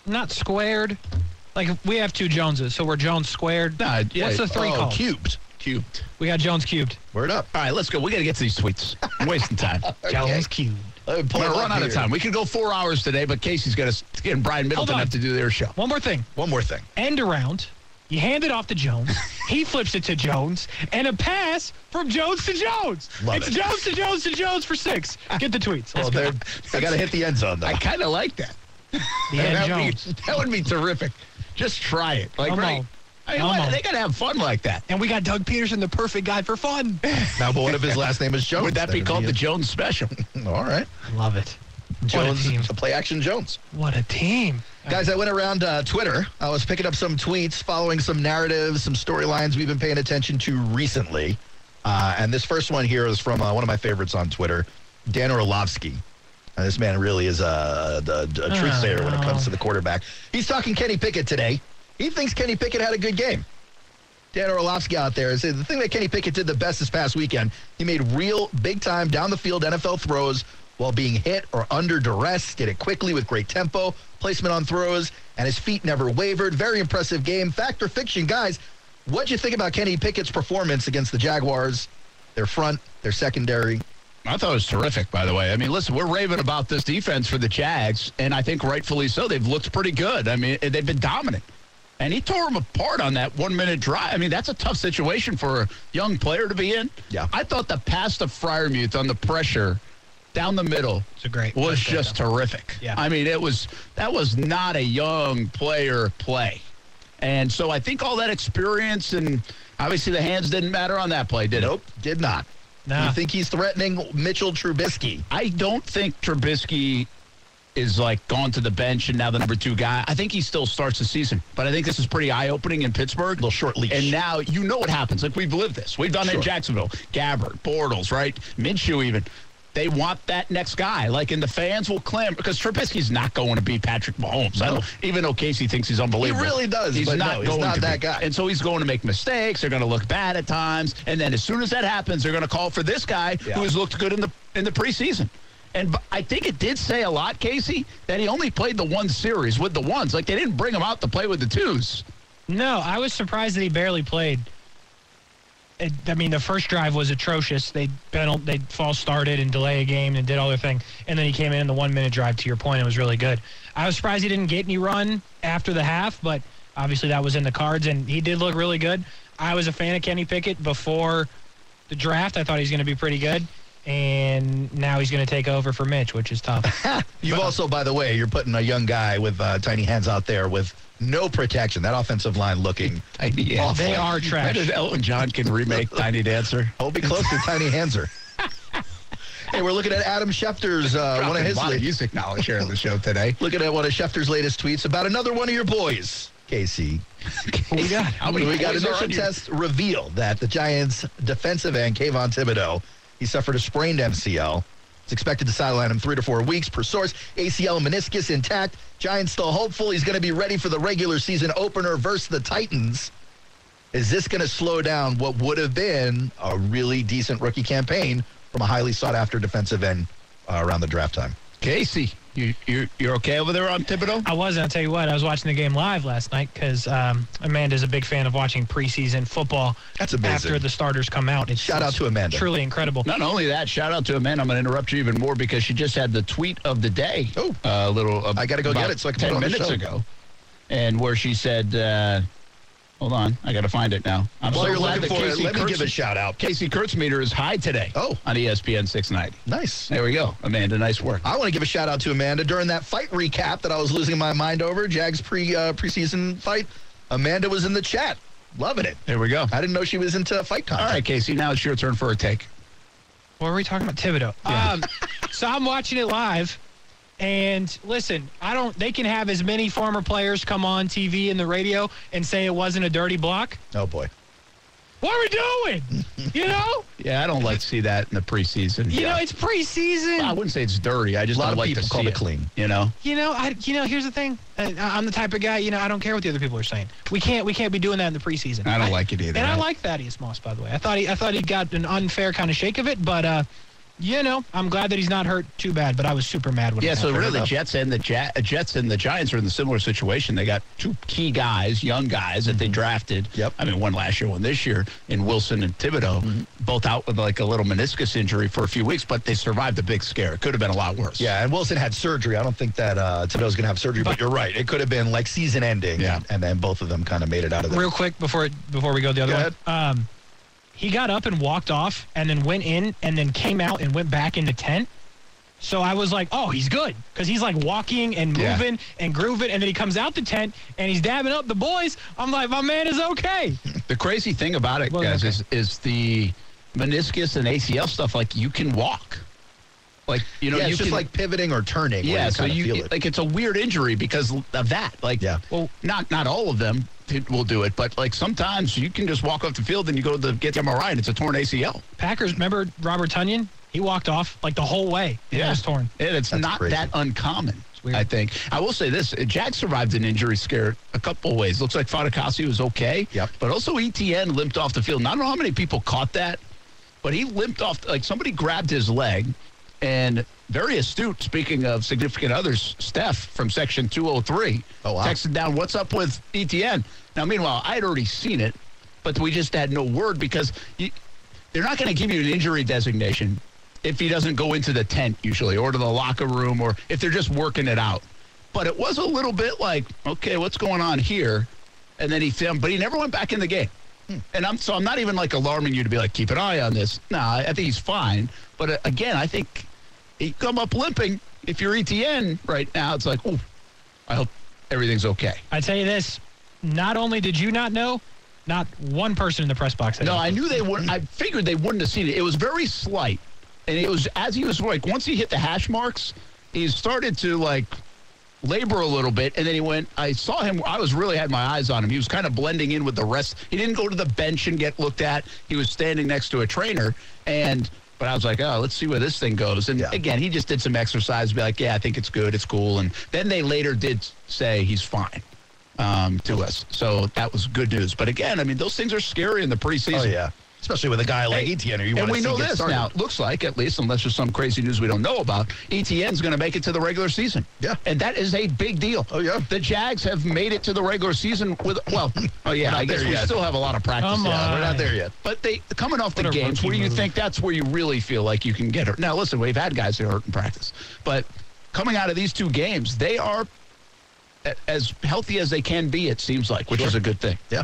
S3: Not squared. Like we have two Joneses, so we're Jones squared.
S4: Nah, Uh, yeah,
S3: What's the three
S5: oh,
S3: called?
S5: Cubed.
S4: cubed?
S3: We got Jones cubed.
S5: Word up.
S4: All right, let's go. We got to get to these tweets. I'm wasting time.
S3: Jones cubed.
S5: Let me pull
S4: We're
S5: it
S4: gonna
S5: up
S4: run out of
S5: here.
S4: time. We could go four hours today, but Casey's got to and Brian Middleton
S3: on.
S4: have to do their show.
S3: One more thing.
S5: One more thing.
S3: End around. You hand it off to Jones. he flips it to Jones, and a pass from Jones to Jones.
S5: Love
S3: it's
S5: it.
S3: Jones to Jones to Jones for six. Get the tweets.
S5: Well,
S3: Let's
S5: they're, they got to hit the end zone, though.
S4: I kind of like that.
S3: go. The end
S4: that, would
S3: Jones.
S4: be, that would be terrific. Just try it. Like
S3: Come
S4: right.
S3: on.
S4: I mean,
S3: Come
S4: what-
S3: on.
S4: they got to have fun like that.
S3: And we got Doug Peterson, the perfect guy for fun.
S5: now, but what if his last name is Jones?
S4: Would that be
S5: That'd
S4: called the
S5: it.
S4: Jones Special?
S5: All right.
S3: Love it.
S5: Jones,
S3: team.
S5: to play action Jones.
S3: What a team.
S5: Guys, I went around uh, Twitter. I was picking up some tweets, following some narratives, some storylines we've been paying attention to recently. Uh, and this first one here is from uh, one of my favorites on Twitter, Dan Orlovsky. Uh, this man really is a, a, a truth
S3: Oh,
S5: sayer when it
S3: no.
S5: comes to the quarterback. He's talking Kenny Pickett today. He thinks Kenny Pickett had a good game. Dan Orlovsky out there. Is the thing that Kenny Pickett did the best this past weekend. He made real big time down the field NFL throws while being hit or under duress. Did it quickly with great tempo, placement on throws, and his feet never wavered. Very impressive game. Fact or fiction, guys? What'd you think about Kenny Pickett's performance against the Jaguars? Their front, their secondary,
S4: I thought it was terrific, by the way. I mean, listen, we're raving about this defense for the Jags, and I think rightfully so. They've looked pretty good. I mean, they've been dominant. And he tore them apart on that one minute drive. I mean, that's a tough situation for a young player to be in.
S5: Yeah.
S4: I thought the pass to Fryermuth on the pressure down the middle
S3: It's a great-
S4: was
S3: great
S4: just terrific.
S3: Yeah.
S4: I mean, it was that was not a young player play. And so I think all that experience and obviously the hands didn't matter on that play, did it?
S5: Nope, did not.
S3: Nah.
S5: You think he's threatening Mitchell Trubisky?
S4: I don't think Trubisky is like gone to the bench and now the number two guy. I think he still starts the season, but I think this is pretty eye opening in Pittsburgh.
S5: little short leash.
S4: And now you know what happens. Like we've lived this. We've done it
S5: Sure.
S4: in Jacksonville. Gabbard, Bortles, right? Minshew even. They want that next guy. Like, and the fans will clamor because Trubisky's not going to be Patrick Mahomes. I don't, even though Casey thinks he's unbelievable.
S5: really does,
S4: He's
S5: but
S4: not
S5: no, he's
S4: going
S5: not
S4: to
S5: that
S4: be.
S5: guy.
S4: And so he's going to make mistakes. They're going to look bad at times. And then as soon as that happens, they're going to call for this guy
S5: Yeah.
S4: who has looked good in the in the preseason. And b- I think it did say a lot, Casey, that he only played the one series with the ones. Like they didn't bring him out to play with the twos.
S3: No, I was surprised that he barely played. It, I mean, the first drive was atrocious. They penal, they false started and delay a game and did all their thing, and then he came in in the one minute drive. To your point, it was really good. I was surprised he didn't get any run after the half, but obviously that was in the cards, and he did look really good. I was a fan of Kenny Pickett before the draft. I thought he was going to be pretty good, and now he's going to take over for Mitch, which is tough.
S5: You've
S4: uh,
S5: also, by the way, you're putting a young guy with uh, tiny hands out there with no protection. That offensive line looking.
S4: Tiny
S5: Awful.
S3: they are trash.
S4: Imagine Elton John can remake Tiny Dancer.
S5: Hold me Oh, close to tiny hanser. hey, we're looking at Adam Schefter's uh, one of his. la-
S4: music knowledge here on the show today.
S5: looking at one of Schefter's latest tweets about another one of your boys, Casey.
S4: we got? How many
S5: we got
S4: boys are
S5: initial
S4: on your-
S5: tests reveal that the Giants' defensive end, Kayvon Thibodeau, he suffered a sprained MCL. It's expected to sideline him three to four weeks per source. ACL and meniscus intact. Giants still hopeful he's going to be ready for the regular season opener versus the Titans. Is this going to slow down what would have been a really decent rookie campaign from a highly sought after defensive end uh, around the draft time?
S4: Casey, you, you, you're okay over there on Thibodeau?
S3: I wasn't. I'll tell you what, I was watching the game live last night because um, Amanda's a big fan of watching preseason football.
S5: That's amazing.
S3: After the starters come out. It's,
S5: Shout out
S3: it's
S5: to Amanda.
S3: Truly incredible.
S4: Not only that, shout out to Amanda. I'm going to interrupt you even more because she just had the tweet of the day.
S5: Oh.
S4: a little. uh,
S5: I gotta go get
S4: about
S5: it so I can put
S4: ten
S5: it on the
S4: minutes
S5: show.
S4: ago, and where she said, uh, "Hold on, I got to find it now." I'm
S5: While
S4: so
S5: you're
S4: glad
S5: looking
S4: that
S5: for it,
S4: Casey
S5: let me
S4: Kurtz-
S5: give a shout out.
S4: Casey Kurtz meter is high today.
S5: Oh.
S4: on E ESPN 690.
S5: Nice.
S4: There we go, Amanda. Nice work.
S5: I want to give a shout out to Amanda during that fight recap that I was losing my mind over Jags pre uh, preseason fight. Amanda was in the chat, loving it.
S4: There we go.
S5: I didn't know she was into fight
S4: All
S5: content.
S4: right, Casey. Now it's your turn for a take.
S3: What were we talking about? Thibodeau. Um, so I'm watching it live, and listen, I don't. They can have as many former players come on TV and the radio and say it wasn't a dirty block.
S5: Oh boy.
S3: What are we doing? you know,
S4: Yeah, I don't like to see that in the preseason.
S3: you know,
S4: Yeah.
S3: it's preseason.
S4: I wouldn't say it's dirty. I just
S5: A lot
S4: don't
S5: of
S4: like
S5: people
S4: to
S5: call
S4: see
S5: it clean.
S4: You know,
S3: You know, I you know, here's the thing. Uh, I'm the type of guy, you know, I don't care what the other people are saying. We can't we can't be doing that in the preseason.
S4: I don't like it either.
S3: And I
S4: Right.
S3: like Thaddeus Moss, by the way. I thought he I thought he got an unfair kind of shake of it, but uh you know, I'm glad that he's not hurt too bad, but I was super mad when it
S4: Yeah, so
S3: happened.
S4: really, the Jets and the ja- uh, Jets and the Giants are in a similar situation. They got two key guys, young guys that they drafted.
S5: Mm-hmm. Yep. Mm-hmm.
S4: I mean, one last year, one this year, in Wilson and Thibodeau, both out with like a little meniscus injury for a few weeks, but they survived the big scare. It could have been a lot worse.
S5: Yeah, and Wilson had surgery. I don't think that uh, Thibodeau's going to have surgery, but you're right. It could have been like season ending.
S4: Yeah.
S5: And, and then both of them kind of made it out of there.
S3: Real quick before before we go the other
S5: Go
S3: way. Um he got up and walked off and then went in and then came out and went back in the tent. So I was like, "Oh, he's good," because he's like walking and
S4: Yeah.
S3: moving and grooving, and then he comes out the tent and he's dabbing up the boys. I'm like, "My man is okay."
S4: The crazy thing about it,
S3: Well,
S4: guys,
S3: okay.
S4: is is the meniscus and ACL stuff. Like you can walk. Like you know,
S5: yeah,
S4: you
S5: it's just
S4: can,
S5: like pivoting or turning. where
S4: Yeah,
S5: you
S4: so
S5: kinda
S4: you
S5: feel it.
S4: like it's a weird injury because of that. Like,
S5: Yeah.
S4: well, not not all of them t- will do it, but like sometimes you can just walk off the field and you go to the, get the MRI and it's a torn ACL.
S3: Packers, remember Robert Tunyon? He walked off like the whole way. Yeah. It was torn.
S4: and it's
S5: That's
S4: not
S5: crazy.
S4: that uncommon.
S3: weird.
S4: I think. I will say this: uh, Jack survived an injury scare a couple of ways. Looks like Fadakasi was okay.
S5: Yep.
S4: But also ETN limped off the field. And I don't know how many people caught that, but he limped off. Like somebody grabbed his leg, and very astute. Speaking of significant others, Steph from Section 203
S5: Oh, wow.
S4: texted down, "What's up with ETN?" Now, meanwhile, I had already seen it, but we just had no word because you, they're not going to give you an injury designation if he doesn't go into the tent usually or to the locker room or if they're just working it out. But it was a little bit like, okay, what's going on here? And then he filmed, but he never went back in the game. And I'm so I'm not even like alarming you to be like keep an eye on this. No, I I think he's fine. But uh, again, I think he come up limping. If you're ETN right now, it's like, oh, I hope everything's okay.
S3: I tell you this, not only did you not know, not one person in the press box. had
S4: No,
S3: it.
S4: I knew they wouldn't. I figured they wouldn't have seen it. It was very slight, and it was as he was like once he hit the hash marks, he started to like labor a little bit, and then he went. I saw him. I was really had my eyes on him. He was kind of blending in with the rest. He didn't go to the bench and get looked at. He was standing next to a trainer, and but I was like, oh, let's see where this thing goes. And
S5: Yeah.
S4: again, he just did some exercise, be like, yeah, I think it's good, it's cool, and then they later did say he's fine. Um, to us, so that was good news. But again, I mean, those things are scary in the preseason.
S5: Oh yeah, especially with a guy like Etienne, who you
S4: And
S5: want
S4: we
S5: to see
S4: know
S5: get
S4: this
S5: started.
S4: now. It looks like, at least, unless there's some crazy news we don't know about, E ETN's going to make it to the regular season.
S5: Yeah.
S4: And that is a big deal.
S5: Oh, yeah.
S4: The Jags have made it to the regular season with, well, oh, yeah,
S5: Not
S4: I guess
S5: there
S4: we
S5: yet.
S4: still have a lot of practice.
S3: Come
S4: left.
S3: on.
S5: We're not there yet.
S4: But they coming off the
S3: What a
S4: games
S3: rookie
S4: where you
S3: move.
S4: think that's where you really feel like you can get hurt. Now, listen, we've had guys who hurt in practice, but coming out of these two games, they are a- as healthy as they can be. It seems like, which is a good thing.
S5: Yeah.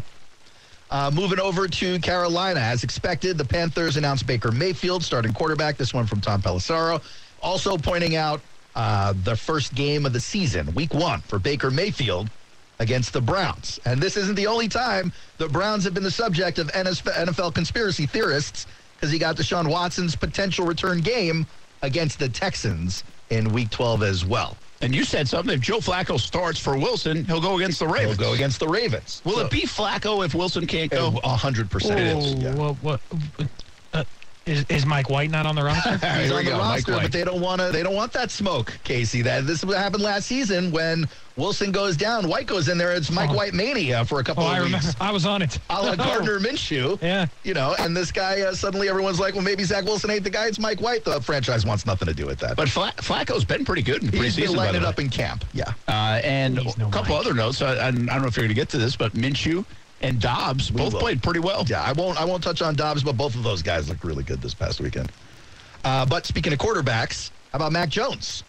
S5: Uh, moving over to Carolina, as expected, the Panthers announced Baker Mayfield starting quarterback. This one from Tom Pelissaro, also pointing out uh, the first game of the season, Week One, for Baker Mayfield against the Browns. And this isn't the only time the Browns have been the subject of NS- NFL conspiracy theorists because he got Deshaun Watson's potential return game against the Texans in Week 12 as well.
S4: And you said something. If Joe Flacco starts for Wilson, he'll go against the
S5: He'll
S4: Ravens.
S5: go against the Ravens.
S4: Will it be Flacco if Wilson can't
S5: So,
S4: go?
S5: a hundred percent? Oh. It is. yeah.
S3: Whoa, what, what, uh, is, is Mike White not on the roster?
S4: All right,
S5: He's
S4: here
S5: on
S4: we
S5: the
S4: go, Mike
S5: roster,
S4: White.
S5: but they don't want to. They don't want that smoke, Casey. That this is what happened last season when Wilson goes down, White goes in there. It's Mike
S3: Oh.
S5: White mania for a couple
S3: oh,
S5: of
S3: I remember.
S5: weeks,
S3: I was on it. Oh,
S5: a
S4: Oh.
S5: la Gardner Minshew.
S3: Yeah.
S5: You know, and this guy uh, suddenly everyone's like, well, maybe Zach Wilson ain't the guy. It's Mike White. The franchise wants nothing to do with that.
S4: But Fla- Flacco's been pretty good in the
S5: he's been
S4: preseason. by
S5: lighting
S4: the
S5: it
S4: way.
S5: up in camp. Yeah.
S4: Uh, and
S3: He's no
S4: a couple
S3: Mike.
S4: other notes. I, I, I don't know if you're going to get to this, but Minshew and Dobbs both
S5: will.
S4: played pretty well.
S5: Yeah, I won't. I won't touch on Dobbs, but both of those guys look really good this past weekend. Uh, but speaking of quarterbacks, how about Mac Jones?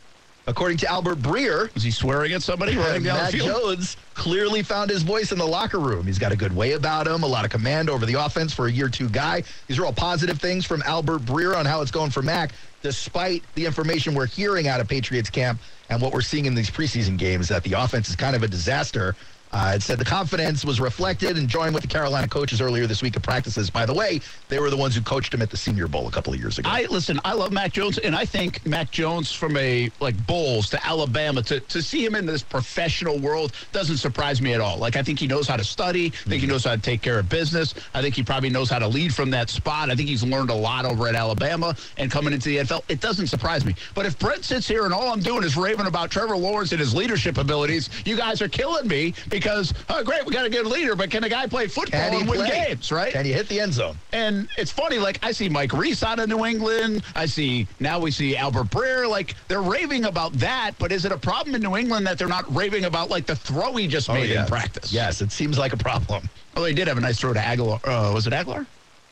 S5: According to Albert Breer,
S4: Is he swearing at somebody running down
S5: Matt
S4: the field?
S5: Jones clearly found his voice in the locker room. He's got a good way about him, a lot of command over the offense for a year two guy. These are all positive things from Albert Breer on how it's going for Mac, despite the information we're hearing out of Patriots camp and what we're seeing in these preseason games that the offense is kind of a disaster. Uh, it said the confidence was reflected and joined with the Carolina coaches earlier this week at practices. By the way, they were the ones who coached him at the Senior Bowl a couple of years ago.
S4: I listen. I love Mac Jones, and I think Mac Jones from a like Bulls to Alabama to to see him in this professional world doesn't surprise me at all. Like I think he knows how to study. I think he
S5: Mm-hmm.
S4: knows how to take care of business. I think he probably knows how to lead from that spot. I think he's learned a lot over at Alabama and coming into the NFL. It doesn't surprise me. But if Brent sits here and all I'm doing is raving about Trevor Lawrence and his leadership abilities, you guys are killing me because oh great, we got a good leader, but can a guy play football
S5: Can he
S4: and win
S5: play?
S4: games, right?
S5: and he hit the end zone.
S4: And it's funny, like I see Mike Reese out of New England. I see now we see Albert Breer. Like they're raving about that, but is it a problem in New England that they're not raving about like the throw he just made in practice?
S5: Oh, Yes, it seems like a problem.
S4: Well, Oh, they did have a nice throw to Aguilar. Uh, was it Aguilar?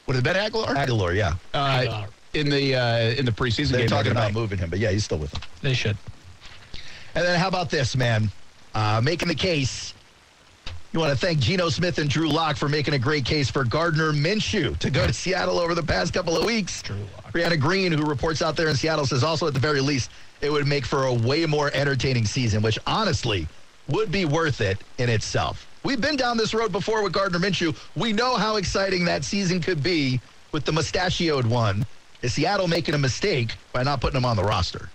S4: Would it have been Aguilar?
S5: Aguilar, yeah.
S4: Uh, in the uh, in the preseason
S5: They're
S4: game.
S5: talking
S4: the other
S5: about
S4: night.
S5: moving him, but yeah, he's still with them.
S3: They should.
S5: And then how about this, man? Uh, making the case. You want to thank Geno Smith and Drew Locke for making a great case for Gardner Minshew to go to Seattle over the past couple of weeks. Drew Locke. Brianna Green, who reports out there in Seattle, says also at the very least it would make for a way more entertaining season, which honestly would be worth it in itself. We've been down this road before with Gardner Minshew. We know how exciting that season could be with the mustachioed one. Is Seattle making a mistake by not putting him on the roster?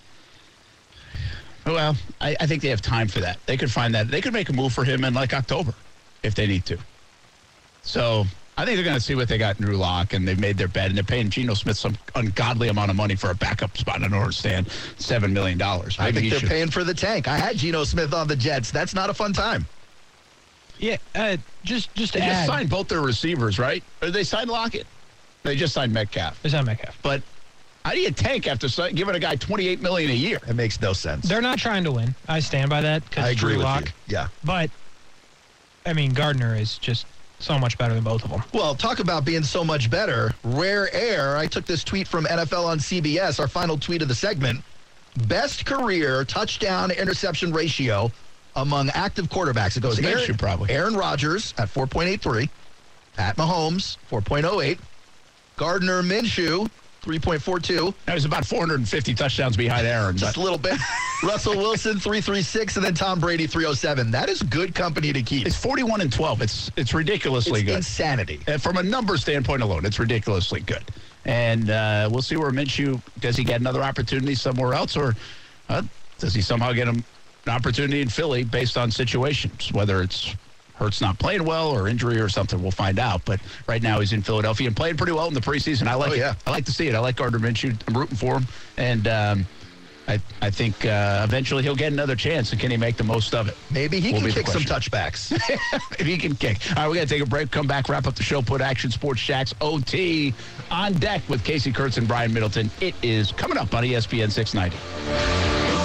S4: Well, I, I think they have time for that. They could find that. They could make a move for him in like October if they need to. So I think they're going to see what they got in Drew Lock, and they've made their bet, and they're paying Geno Smith some ungodly amount of money for a backup spot. I don't understand. $7 million.
S5: I
S4: Maybe he
S5: think they're
S4: should-
S5: paying for the tank. I had Geno Smith on the Jets. That's not a fun time.
S3: Yeah, uh, just just
S4: They
S3: to
S4: just
S3: add,
S4: signed both their receivers, right? Or they signed Lockett. They just signed Metcalf.
S3: it's not Metcalf.
S4: But how do you tank after si- giving a guy $28 million a year?
S5: It makes no sense.
S3: They're not trying to win. I stand by that
S5: I
S3: because
S5: agree
S3: Drew
S5: with
S3: Lock.
S5: you. Yeah.
S3: But I mean, Gardner is just so much better than both of them.
S5: Well, talk about being so much better. Rare air. I took this tweet from NFL on CBS, our final tweet of the segment. Best career touchdown interception ratio among active quarterbacks. It goes
S4: Minshew,
S5: Aaron,
S4: probably.
S5: Aaron Rodgers at 4.83, Pat Mahomes 4.08, Gardner Minshew 3.42,
S4: That was about 450 touchdowns behind Aaron.
S5: just
S4: But
S5: a little bit. Russell Wilson 336, and then Tom Brady 307. That is good company to keep.
S4: it's 41 and 12. It's it's ridiculously
S5: It's
S4: good.
S5: insanity.
S4: Uh, from a number standpoint alone, it's ridiculously good. And uh, we'll see where Minshew does he get another opportunity somewhere else, or uh, does he somehow get him an opportunity in Philly based on situations, whether it's Hurts not playing well or injury or something. We'll find out. But right now he's in Philadelphia and playing pretty well in the preseason. I like
S5: Oh,
S4: it.
S5: yeah.
S4: I like to see it. I like Gardner Minshew. I'm rooting for him, and um, I I think uh, eventually he'll get another chance. And can he make the most of it?
S5: Maybe he
S4: Will
S5: can
S4: be the
S5: kick some
S4: question.
S5: touchbacks.
S4: if he can kick. All right, we got to take a break, come back, wrap up the show, put Action Sports Shacks OT on deck with Casey Kurtz and Brian Middleton. It is coming up on E ESPN 690.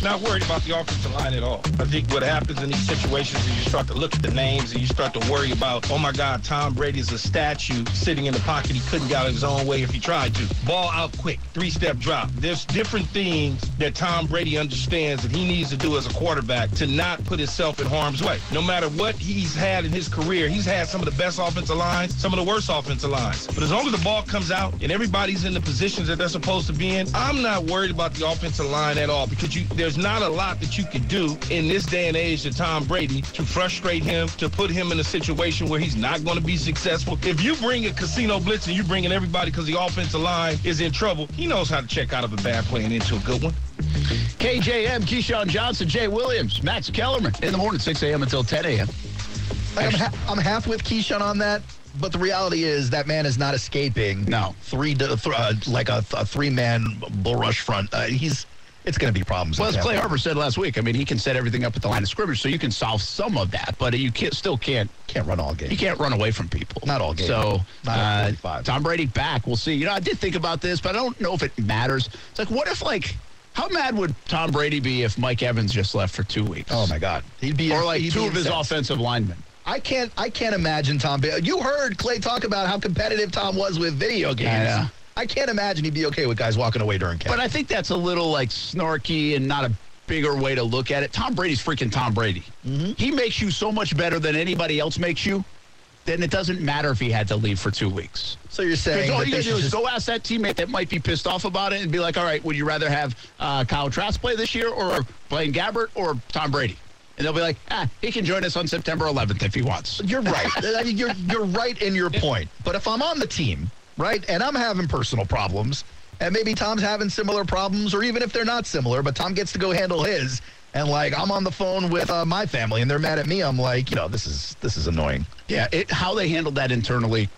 S7: not worried about the offensive line at all. I think what happens in these situations is you start to look at the names and you start to worry about, oh my God, Tom Brady's a statue sitting in the pocket. He couldn't get out of his own way if he tried to. Ball out quick, three-step drop. There's different things that Tom Brady understands that he needs to do as a quarterback to not put himself in harm's way. No matter what he's had in his career, he's had some of the best offensive lines, some of the worst offensive lines. But as long as the ball comes out and everybody's in the positions that they're supposed to be in, I'm not worried about the offensive line at all because you, there's not a lot that you can do in this day and age to Tom Brady to frustrate him, to put him in a situation where he's not going to be successful. If you bring a casino blitz and you bring in everybody because the offensive line is in trouble, he knows how to check out of a bad play and into a good one.
S4: KJM, Keyshawn Johnson, Jay Williams, Max Kellerman in the morning, 6 a.m. until 10 a.m.
S5: Like, I'm, ha- I'm half with Keyshawn on that, but the reality is that man is not escaping.
S4: No.
S5: three to, th- uh, like a, th- a three man bull rush front. Uh, he's it's going to be problems.
S4: Well,
S5: with
S4: as
S5: him.
S4: Clay Harper said last week, I mean, he can set everything up at the line of scrimmage, so you can solve some of that, but you can't, still can't
S5: can't run all
S4: You
S5: game.
S4: can't run away from people.
S5: Not all game.
S4: So
S5: Not all
S4: uh,
S5: 45.
S4: Tom Brady back. We'll see. You know, I did think about this, but I don't know if it matters. It's like, what if like, how mad would Tom Brady be if Mike Evans just left for two weeks?
S5: Oh my God, he'd be
S4: Or like
S5: he'd
S4: two
S5: be
S4: of his
S5: incensed.
S4: offensive linemen.
S5: I can't I can't imagine Tom. Ba- You heard Clay talk about how competitive Tom was with video games.
S4: know.
S5: I can't imagine he'd be okay with guys walking away during camp.
S4: But I think that's a little like snarky and not a bigger way to look at it. Tom Brady's freaking Tom Brady. He makes you so much better than anybody else makes you. Then it doesn't matter if he had to leave for two weeks.
S5: so you're saying
S4: Because all
S5: that
S4: you
S5: they
S4: gotta do
S5: should
S4: is
S5: just-
S4: go ask that teammate that might be pissed off about it and be like, all right, would you rather have uh, Kyle Trask play this year or Blaine Gabbert or Tom Brady? And they'll be like, ah, he can join us on September 11th if he wants.
S5: You're right. I mean, you're you're right in your point. But if I'm on the team, right, and I'm having personal problems, and maybe Tom's having similar problems, or even if they're not similar, but Tom gets to go handle his, and like I'm on the phone with uh, my family, and they're mad at me. I'm like, you know, this is this is annoying.
S4: Yeah, it, how they handled that internally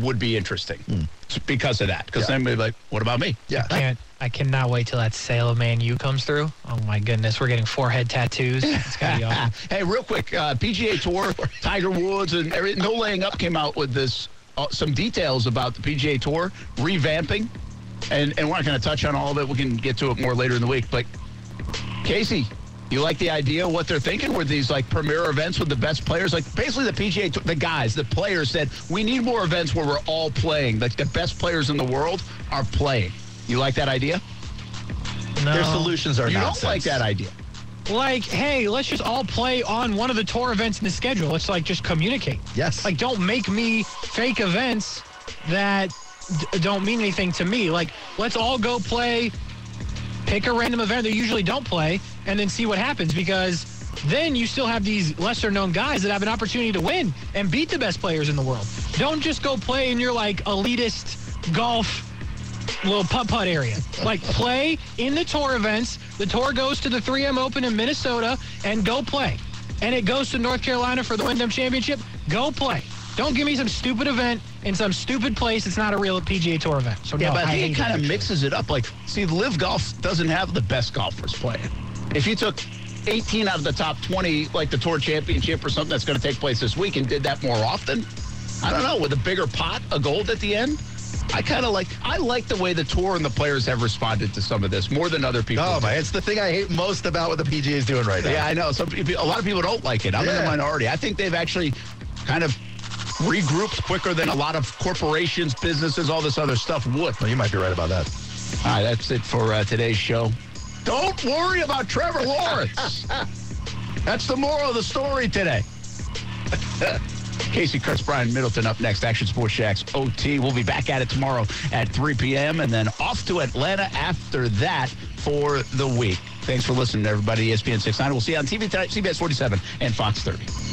S4: would be interesting because of that. Because
S5: Hmm. Yeah.
S4: then they'd be like, what about me?
S5: Yeah.
S3: Can't I cannot wait till that sale of Man U comes through. Oh my goodness, we're getting forehead tattoos. It's gonna be awesome.
S4: hey, real quick, uh, PGA Tour, Tiger Woods, and every, No Laying Up came out with this uh, some details about the PGA Tour revamping, and and we're not going to touch on all of it. We can get to it more later in the week. But Casey, you like the idea of what they're thinking with these like premier events with the best players? Like basically the PGA, Tour- the guys, the players said we need more events where we're all playing. Like the best players in the world are playing. You like that idea?
S3: No.
S5: Their solutions are
S4: you
S5: nonsense.
S4: don't like that idea.
S3: Like, hey, let's just all play on one of the tour events in the schedule. Let's like just communicate.
S5: Yes.
S3: Like, don't make me fake events that d- don't mean anything to me. Like, let's all go play, pick a random event that usually don't play, and then see what happens because then you still have these lesser known guys that have an opportunity to win and beat the best players in the world. Don't just go play in your like elitist golf little putt putt area. Like play in the tour events The tour goes to the 3M Open in Minnesota and go play. And it goes to North Carolina for the Wyndham Championship. Go play. Don't give me some stupid event in some stupid place. It's not a real PGA Tour event. So
S4: Yeah,
S3: no,
S4: but I think it
S3: hate
S4: kind
S3: that.
S4: of mixes it up. Like, see, Live Golf doesn't have the best golfers playing. If you took 18 out of the top 20, like the Tour Championship or something that's going to take place this week, and did that more often, I don't know, with a bigger pot of gold at the end. I kind of like. I like the way the tour and the players have responded to some of this more than other people.
S5: Oh
S4: do.
S5: man, it's the thing I hate most about what the PGA is doing right now.
S4: Yeah, I know. Some people, a lot of people don't like it. I'm in the
S5: Yeah.
S4: minority. I think they've actually kind of regrouped quicker than a lot of corporations, businesses, all this other stuff would.
S5: Well, you might be right about that.
S4: All right, that's it for uh, today's show. Don't worry about Trevor Lawrence. that's the moral of the story today. Casey Kurtz, Brian Middleton up next. Action Sports Shacks OT. We'll be back at it tomorrow at 3 p.m. and then off to Atlanta after that for E the week. Thanks for listening, everybody. ESPN 69. We'll see you on TV tonight, CBS 47 and Fox 30.